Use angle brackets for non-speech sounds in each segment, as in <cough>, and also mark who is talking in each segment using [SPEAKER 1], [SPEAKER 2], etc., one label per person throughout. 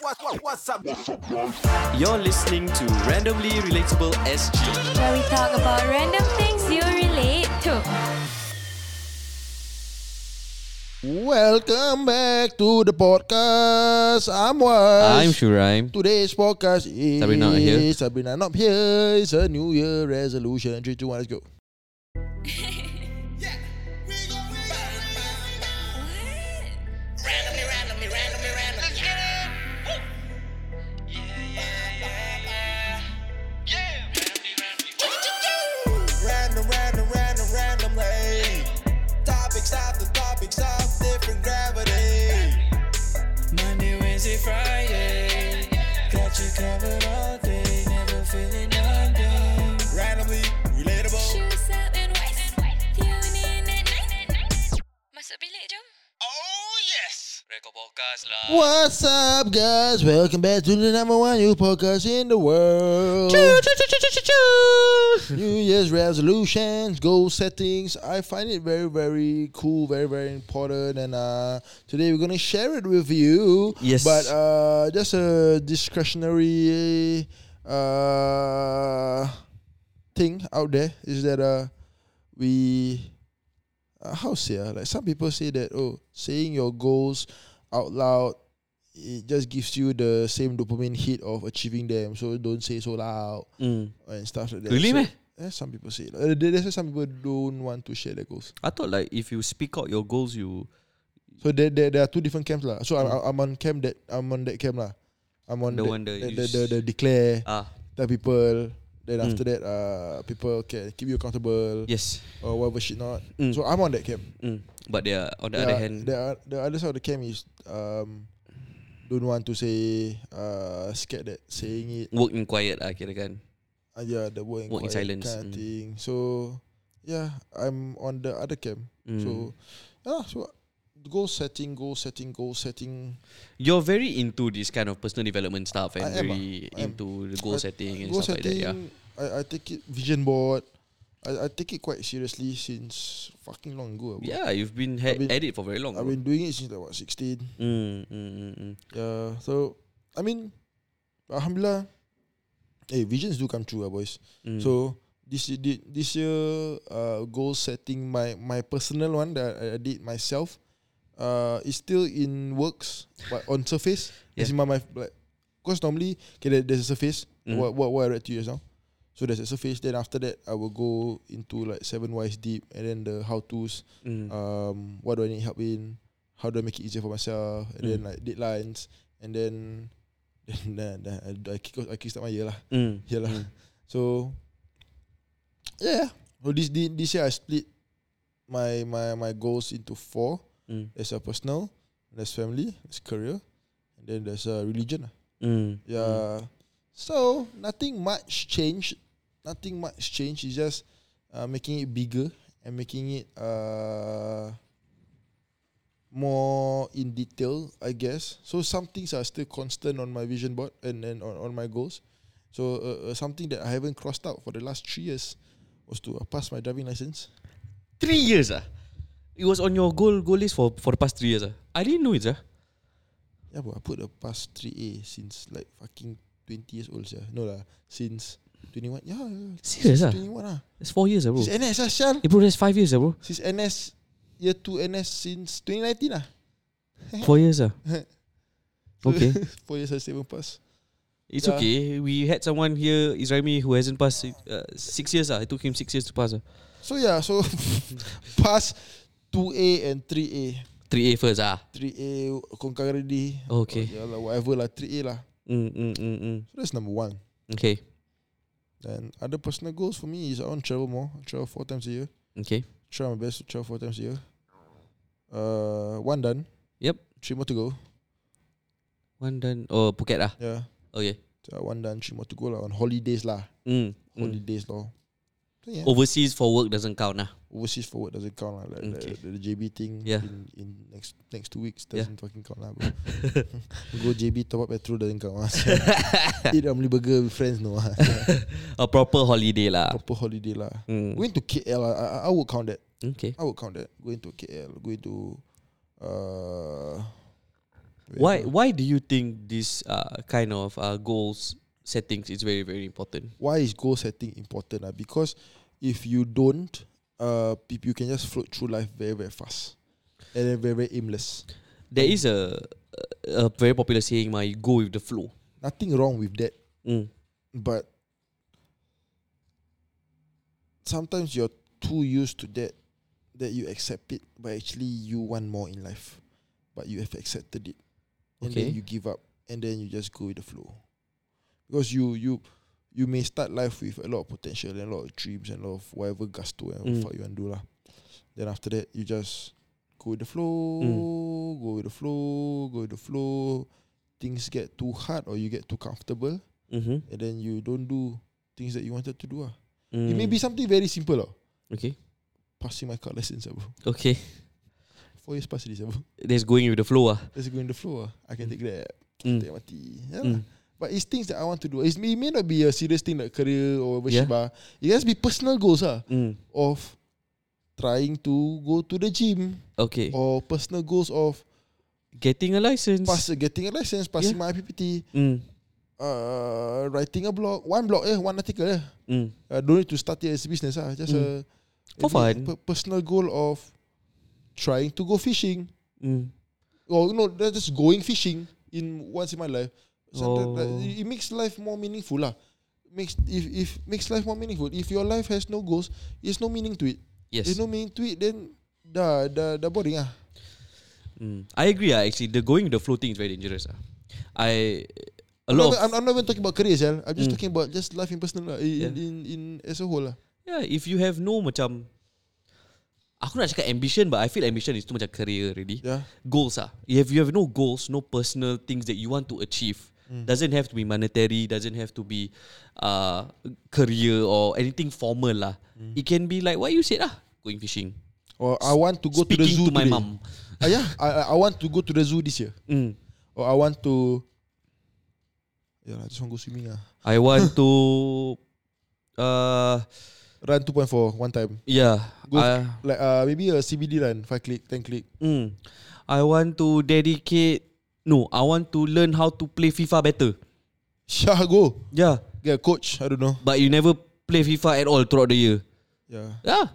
[SPEAKER 1] What, what, what's up?
[SPEAKER 2] You're listening to Randomly Relatable SG.
[SPEAKER 3] where we talk about random things you relate to.
[SPEAKER 4] Welcome back to the podcast. I'm Waz.
[SPEAKER 5] I'm Shuraim.
[SPEAKER 4] Today's podcast is
[SPEAKER 5] Sabrina not here.
[SPEAKER 4] Sabrina not here. It's a New Year resolution. Three, two, one. Let's go.
[SPEAKER 6] Randomly, randomly, randomly, randomly. Woo. Yeah, randomly, randomly. What you do?
[SPEAKER 7] Random, random, random, randomly. Topics after topics of different gravity. Monday, Wednesday, Friday. Got you covered all day. Never feeling undone. Randomly relatable.
[SPEAKER 3] Shoes up and white, tune in at night. Masuk bilik jom.
[SPEAKER 6] Oh, yes. Record podcast lah.
[SPEAKER 4] What's up, guys? Welcome back to the number one new podcast in the world. <laughs> New Year's resolutions, goal settings. I find it very, very cool, very, very important. And uh, today we're gonna share it with you.
[SPEAKER 5] Yes.
[SPEAKER 4] But uh, just a discretionary uh, thing out there is that uh, we uh, how say ah, like some people say that oh saying your goals out loud it just gives you the same dopamine hit of achieving them so don't say so loud
[SPEAKER 5] Mm.
[SPEAKER 4] and stuff like that
[SPEAKER 5] Really
[SPEAKER 4] so,
[SPEAKER 5] meh?
[SPEAKER 4] eh, some people say it. uh, that's why some people don't want to share their goals
[SPEAKER 5] I thought like if you speak out your goals, you
[SPEAKER 4] so there, there, there are two different camps lah so I'm, I'm on camp that I'm on that camp lah I'm on
[SPEAKER 5] Mm. The
[SPEAKER 4] that-
[SPEAKER 5] one that
[SPEAKER 4] the,
[SPEAKER 5] you
[SPEAKER 4] the, the,
[SPEAKER 5] s-
[SPEAKER 4] the declare
[SPEAKER 5] ah Mm.
[SPEAKER 4] tell people then after that uh, people can keep you accountable
[SPEAKER 5] yes,
[SPEAKER 4] or whatever shit not
[SPEAKER 5] Mm.
[SPEAKER 4] so I'm on that camp
[SPEAKER 5] mm. but they are on the
[SPEAKER 4] Yeah,
[SPEAKER 5] other hand,
[SPEAKER 4] the, o- the other side of the camp is um, don't want to say uh, scared that saying it.
[SPEAKER 5] work in quiet lah kira kan.
[SPEAKER 4] Uh, yeah, the word in,
[SPEAKER 5] Work in
[SPEAKER 4] quiet
[SPEAKER 5] silence,
[SPEAKER 4] kind of
[SPEAKER 5] mm.
[SPEAKER 4] thing. So yeah, I'm on the other camp.
[SPEAKER 5] Mm.
[SPEAKER 4] So yeah, so goal setting, goal setting, goal setting.
[SPEAKER 5] You're very into this kind of personal development stuff and
[SPEAKER 4] I am ah,
[SPEAKER 5] very
[SPEAKER 4] I am.
[SPEAKER 5] into the goal
[SPEAKER 4] I-
[SPEAKER 5] setting and
[SPEAKER 4] goal
[SPEAKER 5] stuff
[SPEAKER 4] setting.
[SPEAKER 5] like that. Yeah.
[SPEAKER 4] I, I take it vision board. I, I take it quite seriously since fucking long ago. bro.
[SPEAKER 5] Yeah, you've been, ha-
[SPEAKER 4] I've been-
[SPEAKER 5] at it for very long.
[SPEAKER 4] I've
[SPEAKER 5] bro.
[SPEAKER 4] been doing it since I was sixteen.
[SPEAKER 5] mm, mm, mm, mm.
[SPEAKER 4] Yeah. Ya, So I mean, alhamdulillah, hey, visions do come true, ah, boys.
[SPEAKER 5] Mm.
[SPEAKER 4] So this year, did- this year, uh, goal setting my my personal one that I- I did myself, uh, is still in works, but on surface,
[SPEAKER 5] Yeah.
[SPEAKER 4] as in my, my like, because normally, okay, there- there's a surface.
[SPEAKER 5] Mm.
[SPEAKER 4] What, what what I read to you just now. So there's a surface. Then after that, I will go into like seven wise deep, and then the how tos.
[SPEAKER 5] Mm.
[SPEAKER 4] Um, what do I need help in? How do I make it easier for myself? And then
[SPEAKER 5] Mm.
[SPEAKER 4] like deadlines, and then <laughs> then, then, then I, I kick off- I kick start my year lah.
[SPEAKER 5] mm.
[SPEAKER 4] Yeah lah. So yeah. Well, this thi- this year I split my my my goals into four.
[SPEAKER 5] Mm.
[SPEAKER 4] There's a personal, there's family, there's career, and then there's a religion. lah.
[SPEAKER 5] Mm.
[SPEAKER 4] Yeah. So nothing much changed. Nothing much changed. It's just uh, making it bigger and making it uh, more in detail, I guess. So some things are still constant on my vision board and and on, on my goals. So uh, uh, something that I haven't crossed out for the last three years was to uh, pass my driving license.
[SPEAKER 5] Three years ah. It was on your goal goal list for for the past three years ah. I didn't know it ah.
[SPEAKER 4] Yeah, but I put the past three A since like fucking twenty years old. Yeah, no lah, since twenty one. Yeah, yeah,
[SPEAKER 5] Serious ah?
[SPEAKER 4] twenty one ah.
[SPEAKER 5] It's four years ah, bro.
[SPEAKER 4] Since NS lah, Syal.
[SPEAKER 5] Eh, bro, that's five years ah,
[SPEAKER 4] <laughs>
[SPEAKER 5] bro.
[SPEAKER 4] Since NS Year 2 NS Since 2019 lah
[SPEAKER 5] Four years
[SPEAKER 4] <laughs>
[SPEAKER 5] ah. Okay.
[SPEAKER 4] 4 years I still haven't pass
[SPEAKER 5] It's
[SPEAKER 4] Yeah.
[SPEAKER 5] okay. We had someone here, Israeli, who hasn't passed uh, six years. Ah, it took him six years to pass. ah.
[SPEAKER 4] So yeah So <laughs> Pass 2A and 3A
[SPEAKER 5] Three A first. Ah.
[SPEAKER 4] 3A Kongkang already
[SPEAKER 5] Okay.
[SPEAKER 4] oh, yeah lah, Whatever lah 3A lah
[SPEAKER 5] Mm, mm, mm, mm.
[SPEAKER 4] So that's number 1
[SPEAKER 5] Okay.
[SPEAKER 4] Then other personal goals for me Is I want to travel more I travel 4 times a year
[SPEAKER 5] Okay.
[SPEAKER 4] Try my best to travel 4 times a year uh, One done
[SPEAKER 5] Yep.
[SPEAKER 4] 3 more to go
[SPEAKER 5] One done. Oh, Phuket ah.
[SPEAKER 4] Yeah
[SPEAKER 5] Okay.
[SPEAKER 4] so, One done 3 more to go lah On holidays lah
[SPEAKER 5] Mm, mm.
[SPEAKER 4] Holidays lor So yeah
[SPEAKER 5] Overseas for work doesn't count ah.
[SPEAKER 4] overseas forward doesn't count lah. Like
[SPEAKER 5] Okay.
[SPEAKER 4] the, the JB thing
[SPEAKER 5] Yeah.
[SPEAKER 4] in, in next next two weeks
[SPEAKER 5] Yeah.
[SPEAKER 4] doesn't fucking count
[SPEAKER 5] <laughs>
[SPEAKER 4] lah. bro. Go JB top up petrol doesn't count. lah. Eat Ramly burger with friends
[SPEAKER 5] <laughs>
[SPEAKER 4] no. lah.
[SPEAKER 5] A proper holiday lah.
[SPEAKER 4] Proper holiday lah.
[SPEAKER 5] Mm.
[SPEAKER 4] Going to KL, lah, I, I- I would count that.
[SPEAKER 5] Okay.
[SPEAKER 4] I would count that. Going to KL, going to uh,
[SPEAKER 5] Why why do you think this uh, kind of uh, goals settings is very very important?
[SPEAKER 4] why is goal setting important? Uh? Because if you don't, uh, peop- you can just float through life very, very fast and then very, very aimless.
[SPEAKER 5] There is a a very popular saying, "My go with the flow."
[SPEAKER 4] Nothing wrong with that,
[SPEAKER 5] Mm.
[SPEAKER 4] but sometimes you're too used to that that you accept it, but actually you want more in life, but you have accepted it, and then
[SPEAKER 5] Okay.
[SPEAKER 4] you give up, and then you just go with the flow, because you you. You may start life with a lot of potential and a lot of dreams and a lot of whatever gusto and
[SPEAKER 5] Mm.
[SPEAKER 4] what fuck you want to do lah. Then after that, you just go with the flow,
[SPEAKER 5] Mm.
[SPEAKER 4] go with the flow, go with the flow. Things get too hard or you get too comfortable,
[SPEAKER 5] Mm-hmm.
[SPEAKER 4] and then you don't do things that you wanted to do. Ah,
[SPEAKER 5] Mm.
[SPEAKER 4] It may be something very simple. Ah.
[SPEAKER 5] okay.
[SPEAKER 4] Passing my car lessons, ah, bro.
[SPEAKER 5] Okay.
[SPEAKER 4] Four years past this, ah, bro.
[SPEAKER 5] There's going with the flow. Ah.
[SPEAKER 4] Let's go in the flow. ah. I can take that.
[SPEAKER 5] Mm.
[SPEAKER 4] Take MRT. Yeah.
[SPEAKER 5] Mm.
[SPEAKER 4] lah. But it's things that I want to do. It's, it may not be a serious thing like career or whatever
[SPEAKER 5] Yeah.
[SPEAKER 4] shit, but It has to be personal goals ah,
[SPEAKER 5] Mm.
[SPEAKER 4] of trying to go to the gym
[SPEAKER 5] Okay.
[SPEAKER 4] or personal goals of
[SPEAKER 5] Getting a license.
[SPEAKER 4] pass getting a license, passing my IPPT,
[SPEAKER 5] Mm.
[SPEAKER 4] uh, writing a blog, one blog eh, one article eh.
[SPEAKER 5] Mm.
[SPEAKER 4] Uh, don't need to start it as a business ah, just
[SPEAKER 5] Mm.
[SPEAKER 4] a
[SPEAKER 5] For fun.
[SPEAKER 4] maybe per- personal goal of trying to go fishing
[SPEAKER 5] Mm.
[SPEAKER 4] or you know that's just going fishing in once in my life. Sometimes, like,
[SPEAKER 5] Oh.
[SPEAKER 4] it- it makes life more meaningful lah. Makes if if makes life more meaningful. If your life has no goals, there's no meaning to it.
[SPEAKER 5] Yes.
[SPEAKER 4] There's no meaning to it, then dah dah dah boring ah.
[SPEAKER 5] Mm. I agree. Ah, actually, the going with the flow thing is very dangerous. Ah. I a
[SPEAKER 4] I'm
[SPEAKER 5] lot of
[SPEAKER 4] not, I'm, I'm not even talking about career, yeah. I'm
[SPEAKER 5] Mm.
[SPEAKER 4] just talking about just life in personal lah, in,
[SPEAKER 5] Yeah.
[SPEAKER 4] in in as a whole ah. lah.
[SPEAKER 5] yeah. If you have no macam, aku nak cakap ambition, but I feel ambition is too macam career really.
[SPEAKER 4] Yeah.
[SPEAKER 5] Goals ah. If you have no goals, no personal things that you want to achieve,
[SPEAKER 4] Mm.
[SPEAKER 5] doesn't have to be monetary, doesn't have to be uh career or anything formal lah.
[SPEAKER 4] Mm.
[SPEAKER 5] It can be like what you said lah, going fishing,
[SPEAKER 4] Or I want to go to the
[SPEAKER 5] speaking to
[SPEAKER 4] zoo
[SPEAKER 5] my
[SPEAKER 4] today.
[SPEAKER 5] mum.
[SPEAKER 4] Ah, yeah, I, I- I want to go to the zoo this year.
[SPEAKER 5] Mm.
[SPEAKER 4] Or Oh, I want to. Yeah, I just want to go swimming. Ah.
[SPEAKER 5] I want to. <laughs> Uh,
[SPEAKER 4] Run 2.4 one time.
[SPEAKER 5] yeah.
[SPEAKER 4] Go
[SPEAKER 5] I-
[SPEAKER 4] like uh, maybe a CBD run, 5 click, 10 click.
[SPEAKER 5] Mm. I want to dedicate. No, I want to learn how to play FIFA better.
[SPEAKER 4] Shah, go.
[SPEAKER 5] Yeah,
[SPEAKER 4] Get a coach, I don't know.
[SPEAKER 5] but you never play FIFA at all throughout the year.
[SPEAKER 4] Yeah.
[SPEAKER 5] Yeah,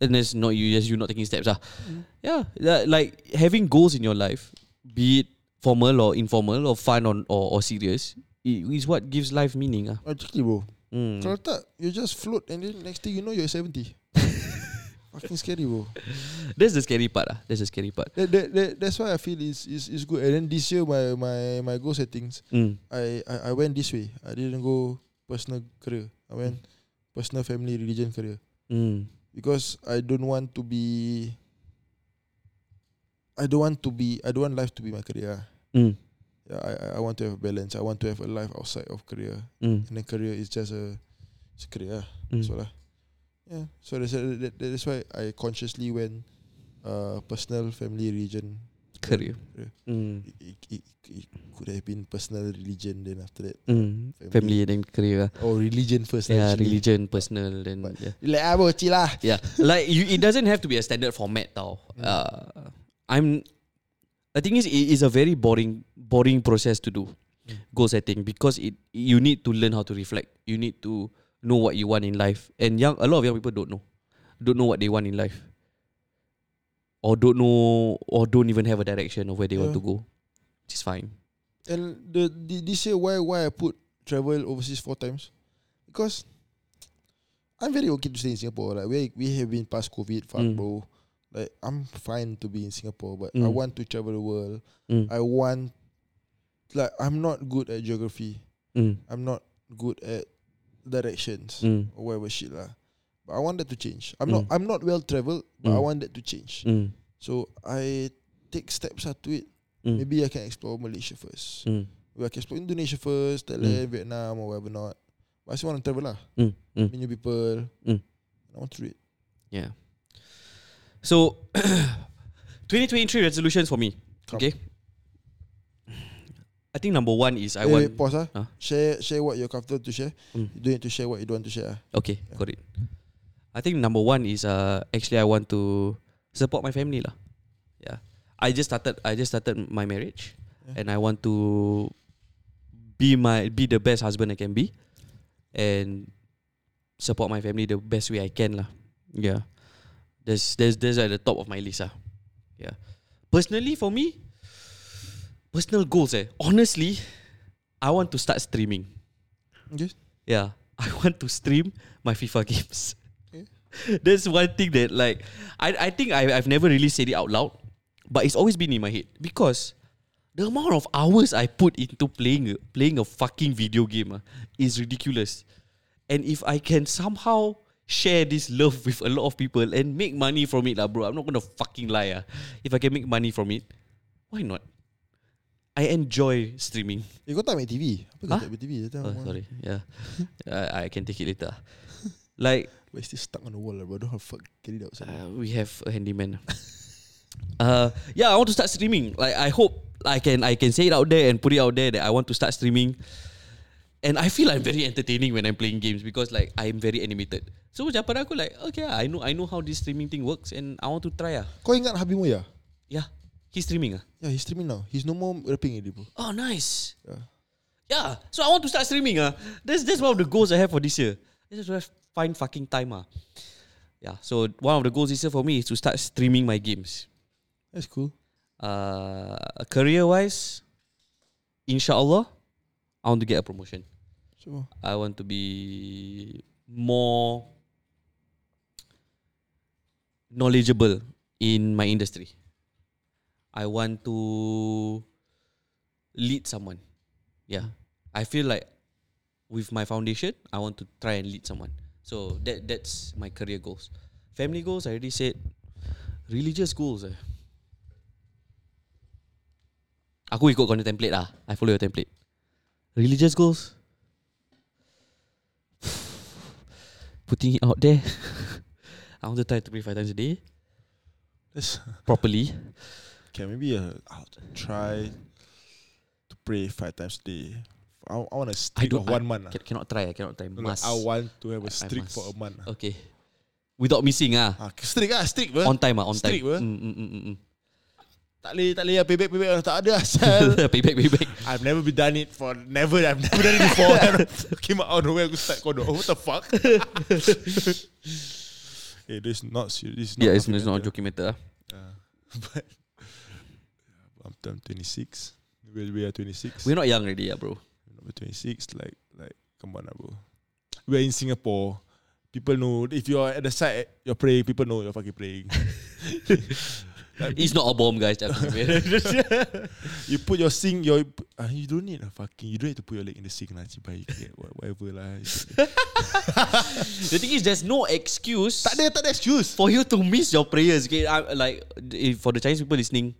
[SPEAKER 5] and that's not you. Just you not taking steps. Ah,
[SPEAKER 4] Mm-hmm.
[SPEAKER 5] yeah. that- like having goals in your life, be it formal or informal, or fun or or, or serious, i- is what gives life meaning. Ah.
[SPEAKER 4] Actually, bro.
[SPEAKER 5] Mm.
[SPEAKER 4] Kalau tak, you just float and then next thing you know, you're 70. <laughs> Fucking scary, bro.
[SPEAKER 5] That's the scary part. Ah, that's the scary part.
[SPEAKER 4] That, that, that, that's why I feel it's, it's, it's good. And then this year, my, my, my goal settings,
[SPEAKER 5] Mm.
[SPEAKER 4] I, I, I went this way. I didn't go personal career. I went personal family religion career
[SPEAKER 5] Mm.
[SPEAKER 4] because I don't want to be. I don't want to be. I don't want life to be my career.
[SPEAKER 5] Mm.
[SPEAKER 4] Yeah, I I- I want to have balance. I want to have a life outside of career,
[SPEAKER 5] Mm.
[SPEAKER 4] and then career is just a, it's a career.
[SPEAKER 5] Mm.
[SPEAKER 4] So lah, yeah. So that's that, that- that's why I consciously went, uh, personal family religion.
[SPEAKER 5] Career.
[SPEAKER 4] Yeah.
[SPEAKER 5] Mm.
[SPEAKER 4] It, it, it, it could have been personal religion. Then after that,
[SPEAKER 5] Mm.
[SPEAKER 4] Family.
[SPEAKER 5] Family and then career. ah.
[SPEAKER 4] or religion first.
[SPEAKER 5] Yeah,
[SPEAKER 4] actually.
[SPEAKER 5] religion, personal, then
[SPEAKER 4] But-
[SPEAKER 5] yeah.
[SPEAKER 4] Like ah, bro, chill lah.
[SPEAKER 5] <laughs> Yeah, like you, it doesn't have to be a standard format, though. Uh, I'm. The thing is, it is a very boring, boring process to do goal setting because it you need to learn how to reflect. You need to know what you want in life, and young a lot of young people don't know, don't know what they want in life, or don't know, or don't even have a direction of where they want
[SPEAKER 4] Yeah.
[SPEAKER 5] to go. Which is fine.
[SPEAKER 4] And the, the this year why why I put travel overseas four times, because I'm very okay to stay in Singapore. Like we we have been past COVID, fuck
[SPEAKER 5] Mm.
[SPEAKER 4] bro. Like I'm fine to be in Singapore, but I
[SPEAKER 5] Mm.
[SPEAKER 4] want to travel the world.
[SPEAKER 5] Mm.
[SPEAKER 4] I want like I'm not good at geography.
[SPEAKER 5] Mm,
[SPEAKER 4] I'm not good at directions
[SPEAKER 5] mm,
[SPEAKER 4] or whatever shit lah. But I want that to change. I'm not
[SPEAKER 5] Mm.
[SPEAKER 4] I'm not well travelled, but I
[SPEAKER 5] Mm.
[SPEAKER 4] want that to change.
[SPEAKER 5] mm,
[SPEAKER 4] So I take steps up to it.
[SPEAKER 5] mm,
[SPEAKER 4] Maybe I can explore Malaysia first.
[SPEAKER 5] mm,
[SPEAKER 4] We can explore Indonesia first,
[SPEAKER 5] Hmm.
[SPEAKER 4] Thailand, Vietnam, or whatever not. But I still want to travel lah.
[SPEAKER 5] mm, mm.
[SPEAKER 4] Meet new people.
[SPEAKER 5] Mm.
[SPEAKER 4] I want to read.
[SPEAKER 5] Yeah. So, <coughs> 2023 resolutions for me.
[SPEAKER 4] Come.
[SPEAKER 5] Okay. I think number one is I
[SPEAKER 4] Eh,
[SPEAKER 5] want.
[SPEAKER 4] pause ah.
[SPEAKER 5] Huh?
[SPEAKER 4] Share, share what you're comfortable to share.
[SPEAKER 5] Mm.
[SPEAKER 4] You don't need to share what you don't want to share. ah.
[SPEAKER 5] Okay, got it. I think number one is uh actually I want to support my family lah. Yeah, I just started. I just started my marriage. and I want to be my be the best husband I can be, and support my family the best way I can lah. Yeah, there's there's there's at the top of my list ah. Yeah, personally for me, personal goals eh. Honestly, I want to start streaming.
[SPEAKER 4] Okay.
[SPEAKER 5] Yeah, <laughs> I want to stream my FIFA games. <laughs> That's one thing that like I I think I I've never really said it out loud, but it's always been in my head because the amount of hours I put into playing a- playing a fucking video game ah, is ridiculous. And if I can somehow share this love with a lot of people and make money from it, lah, bro, I'm not gonna fucking lie. ah. If I can make money from it, why not? I enjoy streaming.
[SPEAKER 4] Eh kau tak main TV Apa kau
[SPEAKER 5] Hah?
[SPEAKER 4] tak main TV That time
[SPEAKER 5] Oh,
[SPEAKER 4] one-
[SPEAKER 5] sorry. <laughs> Yeah. I, I can take it later. Like,
[SPEAKER 4] But it's still stuck on the wall lah bro Don't know how fuck Get it out uh,
[SPEAKER 5] uh, we have a handyman. <laughs> uh, yeah, I want to start streaming. Like, I hope I can I can say it out there and put it out there that I want to start streaming. And I feel I'm very entertaining when I'm playing games because like I'm very animated. So macam pada aku like okay ah, I know I know how this streaming thing works and I want to try ah.
[SPEAKER 4] Kau ingat Habib Moya
[SPEAKER 5] Yeah, he's streaming ah.
[SPEAKER 4] Yeah he's streaming now He's no more rapping already bro
[SPEAKER 5] Oh nice.
[SPEAKER 4] Yeah.
[SPEAKER 5] Yeah. So I want to start streaming. Ah, that's that's one of the goals I have for this year. This is to find fucking time. Ah. Yeah. So one of the goals this year for me is to start streaming my games.
[SPEAKER 4] That's cool
[SPEAKER 5] Uh, career wise, inshallah, I want to get a promotion.
[SPEAKER 4] So
[SPEAKER 5] I want to be more knowledgeable in my industry. I want to lead someone. Yeah. I feel like with my foundation, I want to try and lead someone. So that that's my career goals. Family goals, I already said. Religious goals. Eh. Aku ikut kau punya template lah. I follow your template. Religious goals, putting it out there. <laughs> I want to try to pray five times a day
[SPEAKER 4] That's <laughs>
[SPEAKER 5] properly.
[SPEAKER 4] Okay maybe uh, I'll try To pray five times a day I, I want a streak of one
[SPEAKER 5] I
[SPEAKER 4] month lah
[SPEAKER 5] can- cannot try. I cannot try.
[SPEAKER 4] No, no,
[SPEAKER 5] must.
[SPEAKER 4] I want to have a
[SPEAKER 5] I- I
[SPEAKER 4] streak
[SPEAKER 5] must.
[SPEAKER 4] for a month lah
[SPEAKER 5] Okay. Without missing ah.
[SPEAKER 4] ah, Streak lah streak bro
[SPEAKER 5] On time ah. On time.
[SPEAKER 4] Strict apa?
[SPEAKER 5] Mm, mm, mm, mm, <laughs> mm.
[SPEAKER 4] Tak boleh tak boleh lah payback payback lah. Tak ada <laughs> asal
[SPEAKER 5] payback payback.
[SPEAKER 4] I've never been done it for never. I've never <laughs> done it before. Came out of nowhere. Aku start kodok. Oh, what the <laughs> fuck? hey, this is not serious. This is not
[SPEAKER 5] <laughs> Yeah, it's, it's not a joking matter.
[SPEAKER 4] documentary.
[SPEAKER 5] ah.
[SPEAKER 4] but I'm, I'm 26. We, we are 26.
[SPEAKER 5] We're not young already, ah, bro.
[SPEAKER 4] We're 26. Like, like, come on, lah, bro. We're in Singapore. People know if you are at the side, you're praying. People know you're fucking praying.
[SPEAKER 5] It's not a bomb, guys. just be <laughs> aware.
[SPEAKER 4] You put your sink, your uh, you don't need a fucking. You don't need to put your leg in the sink lah, cibai. Whatever <laughs> lah.
[SPEAKER 5] the thing is, there's no excuse
[SPEAKER 4] tak ada, tak ada excuse.
[SPEAKER 5] for you to miss your prayers. Okay, I, like if for the Chinese people listening,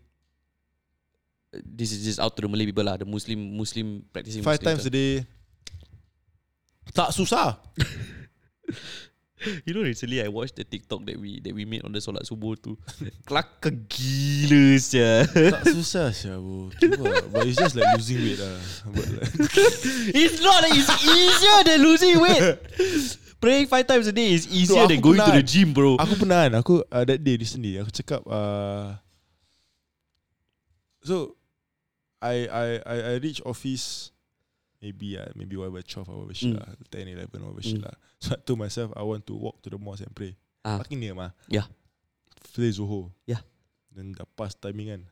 [SPEAKER 5] this is just out to the Malay people lah, the Muslim Muslim practicing.
[SPEAKER 4] Five
[SPEAKER 5] Muslims
[SPEAKER 4] times a day Tak susah
[SPEAKER 5] You know recently I watched the TikTok that we that we made on the solat subuh <laughs> tu. Kelakar gila sia.
[SPEAKER 4] Tak susah siapa But it's just like losing weight lah But like
[SPEAKER 5] It's not that it's easier than losing weight. Praying five times a day is easier
[SPEAKER 4] Bro,
[SPEAKER 5] than
[SPEAKER 4] aku
[SPEAKER 5] going to
[SPEAKER 4] penat.
[SPEAKER 5] the gym, bro.
[SPEAKER 4] Aku pernah kan Aku uh, that day recently Aku cakap uh, So I I I I reach office Maybe uh, Maybe whatever 12 hour shit
[SPEAKER 5] Mm.
[SPEAKER 4] lah 10, 11 hour shit
[SPEAKER 5] Mm.
[SPEAKER 4] lah So I told myself I want to walk to the mosque and pray
[SPEAKER 5] Ah.
[SPEAKER 4] Fucking near mah
[SPEAKER 5] Yeah.
[SPEAKER 4] Play Zohor
[SPEAKER 5] Yeah.
[SPEAKER 4] Then dah pas timing kan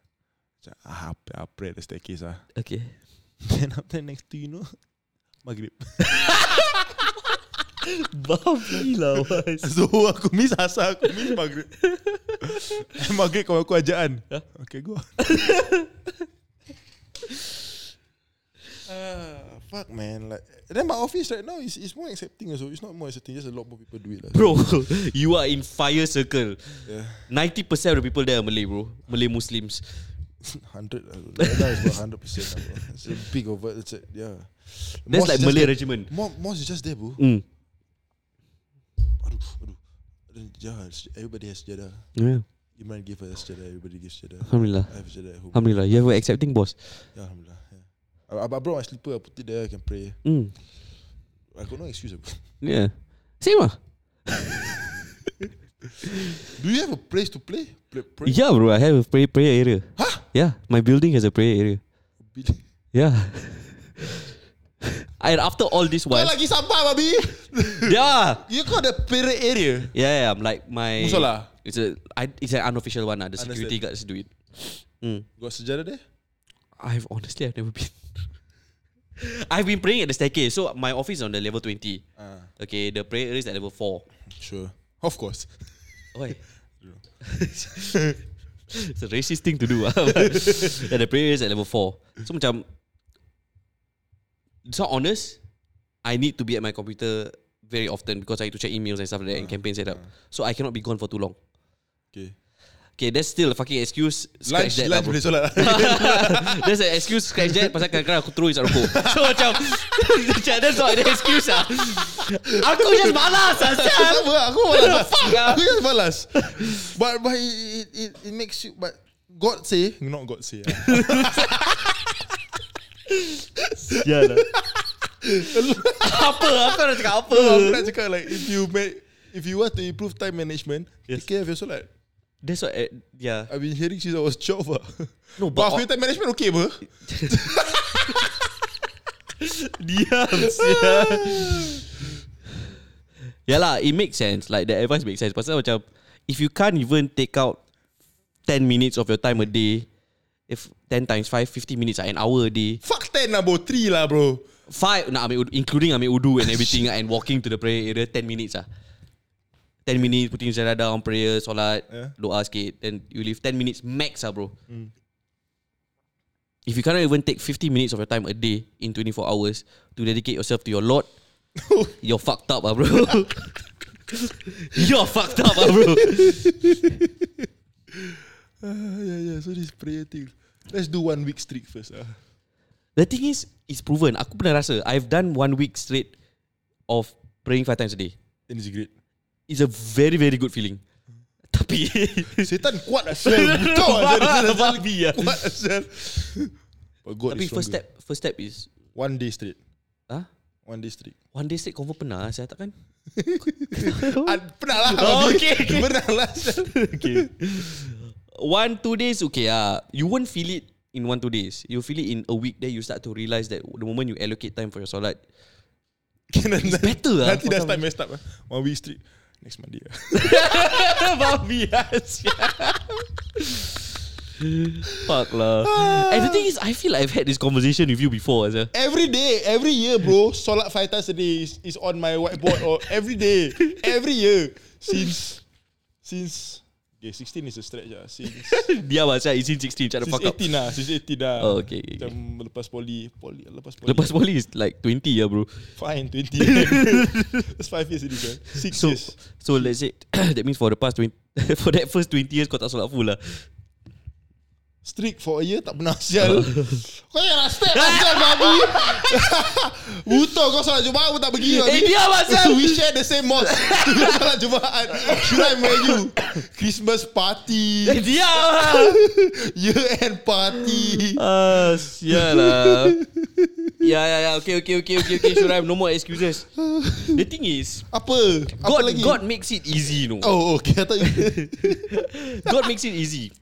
[SPEAKER 4] Macam, Ah, I pray at the staircase lah
[SPEAKER 5] Okay.
[SPEAKER 4] Then after next thing you know <laughs> Maghrib
[SPEAKER 5] Babi lah was.
[SPEAKER 4] <laughs> So aku miss asal Aku miss Maghrib <laughs> Maghrib kawan aku ajaan Okay go
[SPEAKER 5] <laughs>
[SPEAKER 4] Ah, fuck man, like then my office right now is is more accepting also. It's not more accepting, just a lot more people do it. lah.
[SPEAKER 5] Bro, <laughs> you are in fire circle.
[SPEAKER 4] yeah,
[SPEAKER 5] 90% of the people there are Malay, bro. Malay Muslims.
[SPEAKER 4] hundred lah, bro. right now is about hundred percent. It's a big over. It's a, yeah.
[SPEAKER 5] That's
[SPEAKER 4] Mosque
[SPEAKER 5] like
[SPEAKER 4] is just
[SPEAKER 5] Malay
[SPEAKER 4] there.
[SPEAKER 5] regiment.
[SPEAKER 4] Mo- Mosque is just there, bro.
[SPEAKER 5] Mm.
[SPEAKER 4] Aduh, aduh. Yeah, it's- everybody has sejadah.
[SPEAKER 5] Yeah.
[SPEAKER 4] Imran gave us sejadah. Everybody gives sejadah.
[SPEAKER 5] Alhamdulillah.
[SPEAKER 4] I have sejadah at home.
[SPEAKER 5] Alhamdulillah. You have an accepting boss.
[SPEAKER 4] Yeah, Alhamdulillah. Yeah. I, I I brought my slipper, I put it there, I can pray.
[SPEAKER 5] Mm.
[SPEAKER 4] I got no excuse. bro.
[SPEAKER 5] Yeah. Same ah.
[SPEAKER 4] Do you have a place to play? play, play?
[SPEAKER 5] Yeah, bro. I have a prayer prayer area. Huh? Yeah, my building has a prayer area.
[SPEAKER 4] pilih.
[SPEAKER 5] Yeah. <laughs> and after all this
[SPEAKER 4] Kau
[SPEAKER 5] while,
[SPEAKER 4] lagi sampah babi.
[SPEAKER 5] yeah,
[SPEAKER 4] <laughs> you call the period area.
[SPEAKER 5] yeah, yeah. I'm like my
[SPEAKER 4] Musola?
[SPEAKER 5] It's a I, it's an unofficial one. Uh, the security guards do it.
[SPEAKER 4] Got sejarah dia?
[SPEAKER 5] I've honestly I've never been. <laughs> I've been praying at the staircase. So my office is on the level twenty.
[SPEAKER 4] Ah,
[SPEAKER 5] Okay, the prayer area is at level four.
[SPEAKER 4] sure. Of course.
[SPEAKER 5] Why? <laughs> it's a racist thing to <laughs> do. ah. yeah, the prayer is at level 4. So macam, so honest, I need to be at my computer very often because I need to check emails and stuff like that and campaign setup. So I cannot be gone for too long.
[SPEAKER 4] Okay.
[SPEAKER 5] Okay, that's still a fucking excuse. Scratch
[SPEAKER 4] Lunch,
[SPEAKER 5] that lah,
[SPEAKER 4] lunch
[SPEAKER 5] bro. <laughs>
[SPEAKER 4] boleh <laughs> solat.
[SPEAKER 5] That's an excuse Scratch that Pasal kadang-kadang aku throw isap rokok <laughs> So macam Macam that's not an excuse lah Aku just malas ah. lah sial.
[SPEAKER 4] Sama lah, Aku malas
[SPEAKER 5] The fuck ah?
[SPEAKER 4] <laughs> Aku just malas But but it, it, it, it makes you But God say Not God say ah.
[SPEAKER 5] Apa Aku nak cakap apa
[SPEAKER 4] <laughs> Aku nak cakap like If you make If you want to improve time management
[SPEAKER 5] Yes.
[SPEAKER 4] Take care of your solat
[SPEAKER 5] That's what eh, Yeah
[SPEAKER 4] I've been hearing since I was 12 ah.
[SPEAKER 5] No,
[SPEAKER 4] But
[SPEAKER 5] but-
[SPEAKER 4] aku punya time management okay apa
[SPEAKER 5] Diam sia <laughs> Yalah it makes sense Like the advice makes sense Pasal macam If you can't even take out 10 minutes of your time a day If 10 times 5 50 minutes ah, An hour a day
[SPEAKER 4] Fuck 10 lah bro 3 lah bro
[SPEAKER 5] Five nak ambil udu, Including ambil udu and everything ah, And walking to the prayer area 10 minutes ah. 10 minutes putting Zara down Prayer Solat
[SPEAKER 4] Yeah.
[SPEAKER 5] Doa sikit Then you leave 10 minutes max ah bro If you cannot even take 50 minutes of your time a day In 24 hours To dedicate yourself to your Lord You're fucked up ah bro <laughs> You're fucked up ah bro
[SPEAKER 4] Ah, Yeah yeah So this prayer thing Let's do one week streak first ah.
[SPEAKER 5] The thing is It's proven Aku pernah rasa I've done one week straight Of praying five times a day
[SPEAKER 4] And it's great
[SPEAKER 5] It's a very very good feeling Tapi <laughs>
[SPEAKER 4] Setan kuat <laughs> asal Betul asal
[SPEAKER 5] Babi ah.
[SPEAKER 4] Kuat asal But God
[SPEAKER 5] Tapi
[SPEAKER 4] is
[SPEAKER 5] first
[SPEAKER 4] stronger.
[SPEAKER 5] step First step is
[SPEAKER 4] One day straight
[SPEAKER 5] ah
[SPEAKER 4] One day straight
[SPEAKER 5] One day straight confirm pernah Saya kan? takkan
[SPEAKER 4] Ah, Pernah lah
[SPEAKER 5] Oh,
[SPEAKER 4] Abi.
[SPEAKER 5] okay, okay.
[SPEAKER 4] Pernah lah okay.
[SPEAKER 5] One two days Okay ah You won't feel it In one two days You feel it in a week Then you start to realise that The moment you allocate time For your solat <laughs>
[SPEAKER 4] It's
[SPEAKER 5] better lah, for
[SPEAKER 4] Nanti dah
[SPEAKER 5] some
[SPEAKER 4] start messed up ah. lah. One week straight Next Monday ah. lah
[SPEAKER 5] Babi <laughs> Fuck lah And the thing is I feel like I've had this conversation With you before Azhar.
[SPEAKER 4] Every day Every year
[SPEAKER 5] <laughs>
[SPEAKER 4] bro Solat five times a day Is, is on my whiteboard or Every day Every year Since Since Okay 16 is a stretch lah Since
[SPEAKER 5] Diam lah Azhar It's in 16 Shut <laughs> the
[SPEAKER 4] Since
[SPEAKER 5] fuck up
[SPEAKER 4] 18 lah Since 18 lah
[SPEAKER 5] Oh, okay, okay,
[SPEAKER 4] Macam lepas poli Poli Lepas poli
[SPEAKER 5] Lepas poli is like 20 ya bro
[SPEAKER 4] Fine 20 <laughs> That's 5 years already kan 6
[SPEAKER 5] So
[SPEAKER 4] years
[SPEAKER 5] so let's say <coughs> That means for the past 20 <laughs> For that first 20 years Kau tak solat full lah
[SPEAKER 4] Strict for a year Tak pernah
[SPEAKER 5] Oh.
[SPEAKER 4] sial Kau yang nak step
[SPEAKER 5] <laughs>
[SPEAKER 4] Asal babi Buto kau solat Jumaat Aku tak pergi babi.
[SPEAKER 5] Eh, diam, <laughs> Azal.
[SPEAKER 4] We share the same mosque <laughs> Kau solat Jumaat Should I marry you Christmas party
[SPEAKER 5] Diam lah
[SPEAKER 4] Year end party
[SPEAKER 5] Ah, sial
[SPEAKER 4] <laughs>
[SPEAKER 5] lah Ya ya ya Okay okay okay okay, okay. Shuraim no more excuses The thing is
[SPEAKER 4] Apa Apa
[SPEAKER 5] God
[SPEAKER 4] lagi
[SPEAKER 5] God makes it easy no
[SPEAKER 4] Oh okay I thought you <laughs>
[SPEAKER 5] God makes it easy.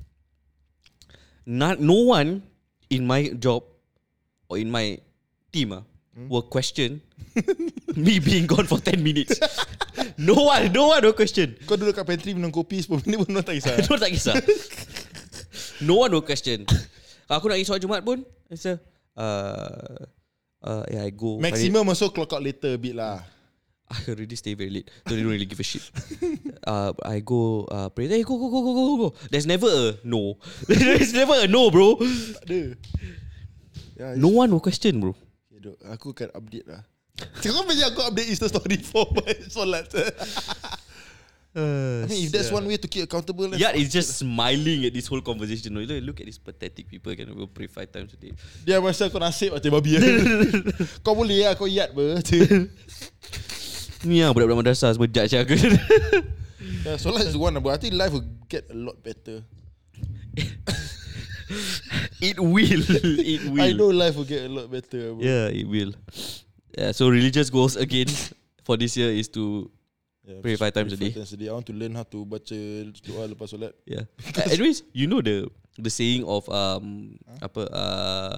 [SPEAKER 5] Not, no one in my job or in my team ah,
[SPEAKER 4] Hmm?
[SPEAKER 5] will question <laughs> me being gone for 10 minutes. no one, no one will question. <laughs>
[SPEAKER 4] Kau duduk kat pantry Minum kopi 10 minit pun Orang tak kisah
[SPEAKER 5] No, tak kisah. no one will question. Kalau aku nak pergi solat Jumaat pun, it's a, uh, uh, yeah, I go.
[SPEAKER 4] Maximum also clock out later a bit lah
[SPEAKER 5] I already stay very late, so they don't really give a shit. <laughs> uh, I go uh, pray. Hey, go go go go go go. There's never a no. <laughs> There's never a no, bro.
[SPEAKER 4] Ada Ya,
[SPEAKER 5] No one will question,
[SPEAKER 4] <laughs>
[SPEAKER 5] bro.
[SPEAKER 4] Okay, dok. Aku akan update lah. Kau macam aku update Insta story for my <laughs> solat. I mean, if that's one way to keep accountable, let's-
[SPEAKER 5] Yat is just smiling at this whole conversation. You know, look at these pathetic people. Can we pray five times a day?
[SPEAKER 4] dia rasa kau nasib macam babi.
[SPEAKER 5] <laughs>
[SPEAKER 4] kau boleh lah, kau yat ber.
[SPEAKER 5] Ni ah budak-budak madrasah semua judge aku. <laughs>
[SPEAKER 4] yeah, solat is one, but I think life will get a lot better.
[SPEAKER 5] it will. It will.
[SPEAKER 4] <laughs> I know life will get a lot better. Bro.
[SPEAKER 5] Yeah, it will. Yeah. So religious goals again for this year is to
[SPEAKER 4] Yeah,
[SPEAKER 5] Pray five times a day.
[SPEAKER 4] Five times a day. I want to learn how to baca doa lepas solat. <laughs>
[SPEAKER 5] Yeah. Uh, anyways, you know the the saying of um apa uh,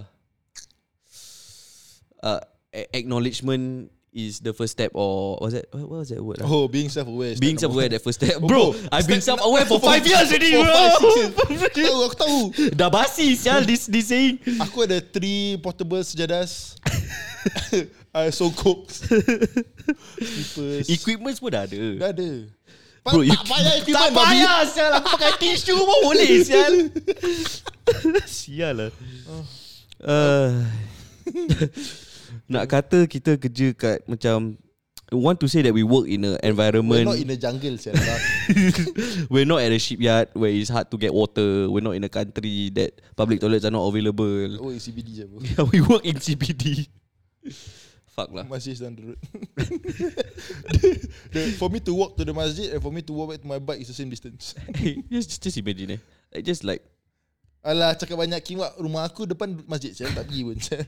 [SPEAKER 5] uh, a- acknowledgement is the first step, or was it what what was that word? ah?
[SPEAKER 4] Oh, being self-aware. is
[SPEAKER 5] Being
[SPEAKER 4] step
[SPEAKER 5] self-aware
[SPEAKER 4] number
[SPEAKER 5] that first step,
[SPEAKER 4] <laughs> Oh,
[SPEAKER 5] bro.
[SPEAKER 4] bro,
[SPEAKER 5] I've been
[SPEAKER 4] step-
[SPEAKER 5] self-aware
[SPEAKER 4] <laughs>
[SPEAKER 5] for five years already,
[SPEAKER 4] one.
[SPEAKER 5] bro.
[SPEAKER 4] Oh, five, six years.
[SPEAKER 5] <laughs>
[SPEAKER 4] Yo, aku tahu.
[SPEAKER 5] Dah basi sial this this saying.
[SPEAKER 4] Aku ada three portable
[SPEAKER 5] <laughs>
[SPEAKER 4] sejadas. I so cooks. Slippers.
[SPEAKER 5] Equipment pun dah ada.
[SPEAKER 4] Dah ada.
[SPEAKER 5] Bro,
[SPEAKER 4] Bro,
[SPEAKER 5] you-
[SPEAKER 4] tak payah equipment
[SPEAKER 5] Tak
[SPEAKER 4] babi.
[SPEAKER 5] payah sial Aku pakai tisu pun boleh sial Sial lah uh, Nak kata kita kerja kat macam Want to say that we work in a
[SPEAKER 4] We're
[SPEAKER 5] environment
[SPEAKER 4] not in the jungle sial. lah.
[SPEAKER 5] We're not at a shipyard Where it's hard to get water We're not in a country That public toilets are not available <laughs>
[SPEAKER 4] Oh, it's CBD je bro.
[SPEAKER 5] Yeah, We work in CBD Fuck lah
[SPEAKER 4] Masjid is down the road. <laughs> the, for me to walk to the masjid and for me to walk back to my bike is the same distance.
[SPEAKER 5] just, just imagine eh Like, Just like
[SPEAKER 4] Alah, cakap banyak kimak. Rumah aku depan masjid sial. Tak pergi pun sial.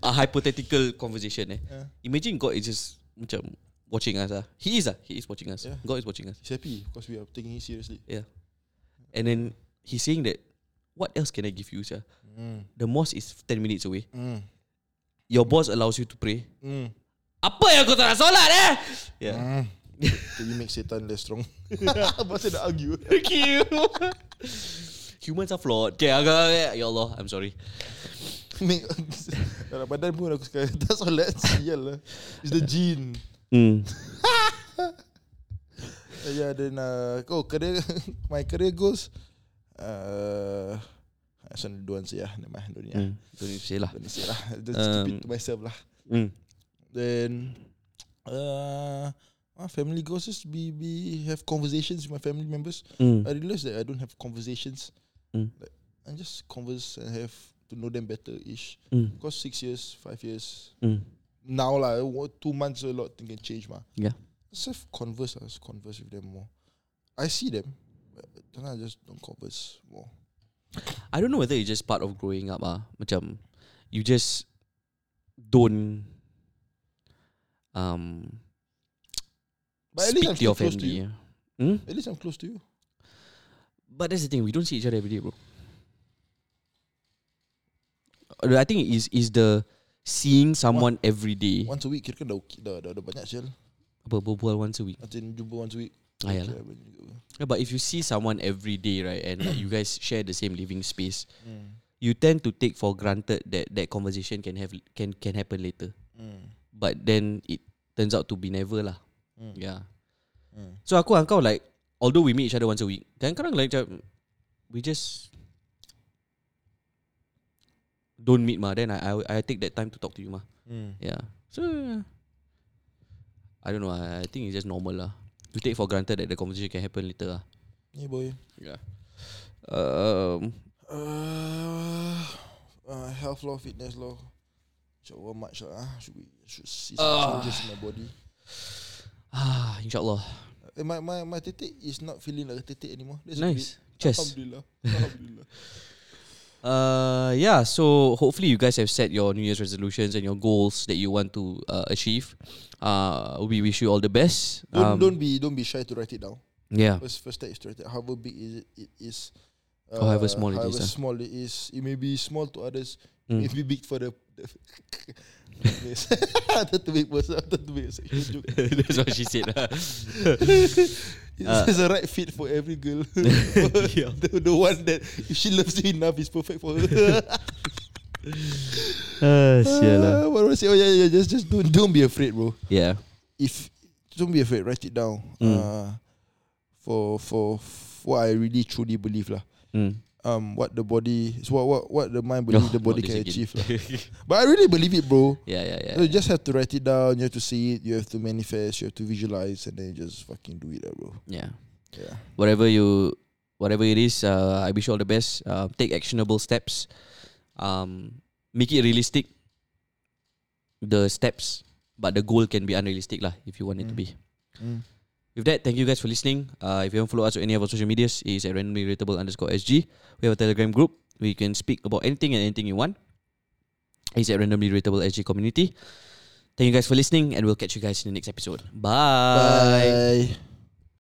[SPEAKER 5] a hypothetical conversation eh.
[SPEAKER 4] Yeah.
[SPEAKER 5] Imagine God is just macam watching us ah. He is ah, he is watching us.
[SPEAKER 4] Yeah.
[SPEAKER 5] God is watching us.
[SPEAKER 4] He's happy because we are taking it seriously.
[SPEAKER 5] Yeah. And then he's saying that what else can I give you, sir?
[SPEAKER 4] Mm.
[SPEAKER 5] The mosque is 10 minutes away.
[SPEAKER 4] Mm.
[SPEAKER 5] Your boss allows you to pray.
[SPEAKER 4] Mm.
[SPEAKER 5] Apa yang kau tak nak solat eh? Yeah.
[SPEAKER 4] Mm. Can you make Satan less strong? <laughs> Pasal nak argue.
[SPEAKER 5] Cute. <laughs> Humans are flawed. Okay, agak ya Allah, I'm sorry.
[SPEAKER 4] <laughs> make dalam badan pun aku sekarang tak solat sial lah. It's the gene.
[SPEAKER 5] Hmm.
[SPEAKER 4] Uh, yeah, then uh, oh, career <laughs> my career goals. Uh, I sana don't say lah, nama dunia.
[SPEAKER 5] Hmm. Don't you say lah.
[SPEAKER 4] Don't say lah, <laughs> just
[SPEAKER 5] Um,
[SPEAKER 4] um, keep it to myself lah.
[SPEAKER 5] Hmm.
[SPEAKER 4] Then, uh, my family goals is be be have conversations with my family members.
[SPEAKER 5] Hmm.
[SPEAKER 4] I realize that I don't have conversations.
[SPEAKER 5] Mm.
[SPEAKER 4] Like, I just converse and have to know them better ish.
[SPEAKER 5] Hmm.
[SPEAKER 4] Because six years, five years,
[SPEAKER 5] Hmm.
[SPEAKER 4] now lah, eh, wo- two months a lot thing can change ma.
[SPEAKER 5] Yeah.
[SPEAKER 4] Just have converse, lah, just converse with them more. I see them, but then I just don't converse more.
[SPEAKER 5] I don't know whether it's just part of growing up ah. Macam you just don't um
[SPEAKER 4] But at
[SPEAKER 5] speak
[SPEAKER 4] least I'm
[SPEAKER 5] to your
[SPEAKER 4] still close to you.
[SPEAKER 5] family. Hmm?
[SPEAKER 4] At least I'm close to you.
[SPEAKER 5] But that's the thing, we don't see each other every day, bro. Uh, I think is is the seeing someone every day.
[SPEAKER 4] Once a week, kira dah, okay- dah, dah, dah banyak sel.
[SPEAKER 5] Apa berbual once a week.
[SPEAKER 4] Nanti jumpa once a week.
[SPEAKER 5] Ah, yalah.
[SPEAKER 4] Okay, I will juga.
[SPEAKER 5] Yeah, but if you see someone every day, right, and like you guys share the same living space, you tend to take for granted that that conversation can have can can happen later. But then it turns out to be never lah. Yeah. So aku and kau like although we meet each other once a week, kadang-kadang like macam, we just don't meet mah. Then I, I I take that time to talk to you mah. Yeah. So yeah. I don't know. I, I think it's just normal lah. You take for granted that the conversation can happen later lah.
[SPEAKER 4] Yeah, boy.
[SPEAKER 5] Yeah. Um. <sighs>
[SPEAKER 4] Uh, uh, health law, fitness law. Insya-Allah much lah. ah. Should we should see some
[SPEAKER 5] Ah.
[SPEAKER 4] changes in my body.
[SPEAKER 5] Ah, insyaallah.
[SPEAKER 4] Eh, my my my titik is not feeling like a titik anymore. That's
[SPEAKER 5] Nice.
[SPEAKER 4] Good.
[SPEAKER 5] Cheers.
[SPEAKER 4] Alhamdulillah. Alhamdulillah.
[SPEAKER 5] Uh, yeah. So hopefully you guys have set your New Year's resolutions and your goals that you want to uh, achieve. Uh, we wish you all the best.
[SPEAKER 4] Don't
[SPEAKER 5] <laughs> Um,
[SPEAKER 4] don't be don't be shy to write it down. <laughs>
[SPEAKER 5] Yeah.
[SPEAKER 4] First first step is to write it. However big is it, it is. Uh,
[SPEAKER 5] Or however small it
[SPEAKER 4] however
[SPEAKER 5] is, ah.
[SPEAKER 4] small it is, it may be small to others.
[SPEAKER 5] Mm.
[SPEAKER 4] It may be big for the. the <laughs> Yes. That's the big person. That's the big
[SPEAKER 5] <laughs>
[SPEAKER 4] person. Good joke.
[SPEAKER 5] That's what she said. lah.
[SPEAKER 4] It's
[SPEAKER 5] Uh,
[SPEAKER 4] it's a right fit for
[SPEAKER 5] <laughs>
[SPEAKER 4] every girl. <laughs> the, the one that if she loves you enough is perfect for
[SPEAKER 5] <laughs>
[SPEAKER 4] her. Ah, what was it? Oh yeah, yeah. Just just don't don't be afraid, bro.
[SPEAKER 5] <laughs> Yeah.
[SPEAKER 4] if don't be afraid, write it down.
[SPEAKER 5] Mm.
[SPEAKER 4] Uh, for for f- what I really truly believe lah.
[SPEAKER 5] Mm.
[SPEAKER 4] Um, what the body is what what what the mind
[SPEAKER 5] <laughs>
[SPEAKER 4] believe the
[SPEAKER 5] Not
[SPEAKER 4] body
[SPEAKER 5] this
[SPEAKER 4] can
[SPEAKER 5] again.
[SPEAKER 4] achieve lah. But I really believe it, bro.
[SPEAKER 5] <laughs> yeah, yeah, yeah.
[SPEAKER 4] You just have to write it down. You have to see it. You have to manifest. You have to visualize, and then you just fucking do it, lah, bro.
[SPEAKER 5] Yeah.
[SPEAKER 4] Yeah.
[SPEAKER 5] Whatever you whatever it is, uh, I wish you all the best. Uh, take actionable steps. Um, make it realistic. The steps, but the goal can be unrealistic lah if you want it to be.
[SPEAKER 4] Mm.
[SPEAKER 5] With that, thank you guys for listening. Uh, if you haven't followed us on any of our social medias, it is at randomly relatable underscore SG. We have a Telegram group where you can speak about anything and anything you want. It's at randomly relatable SG community. Thank you guys for listening, and we'll catch you guys in the next episode. Bye.
[SPEAKER 4] Bye.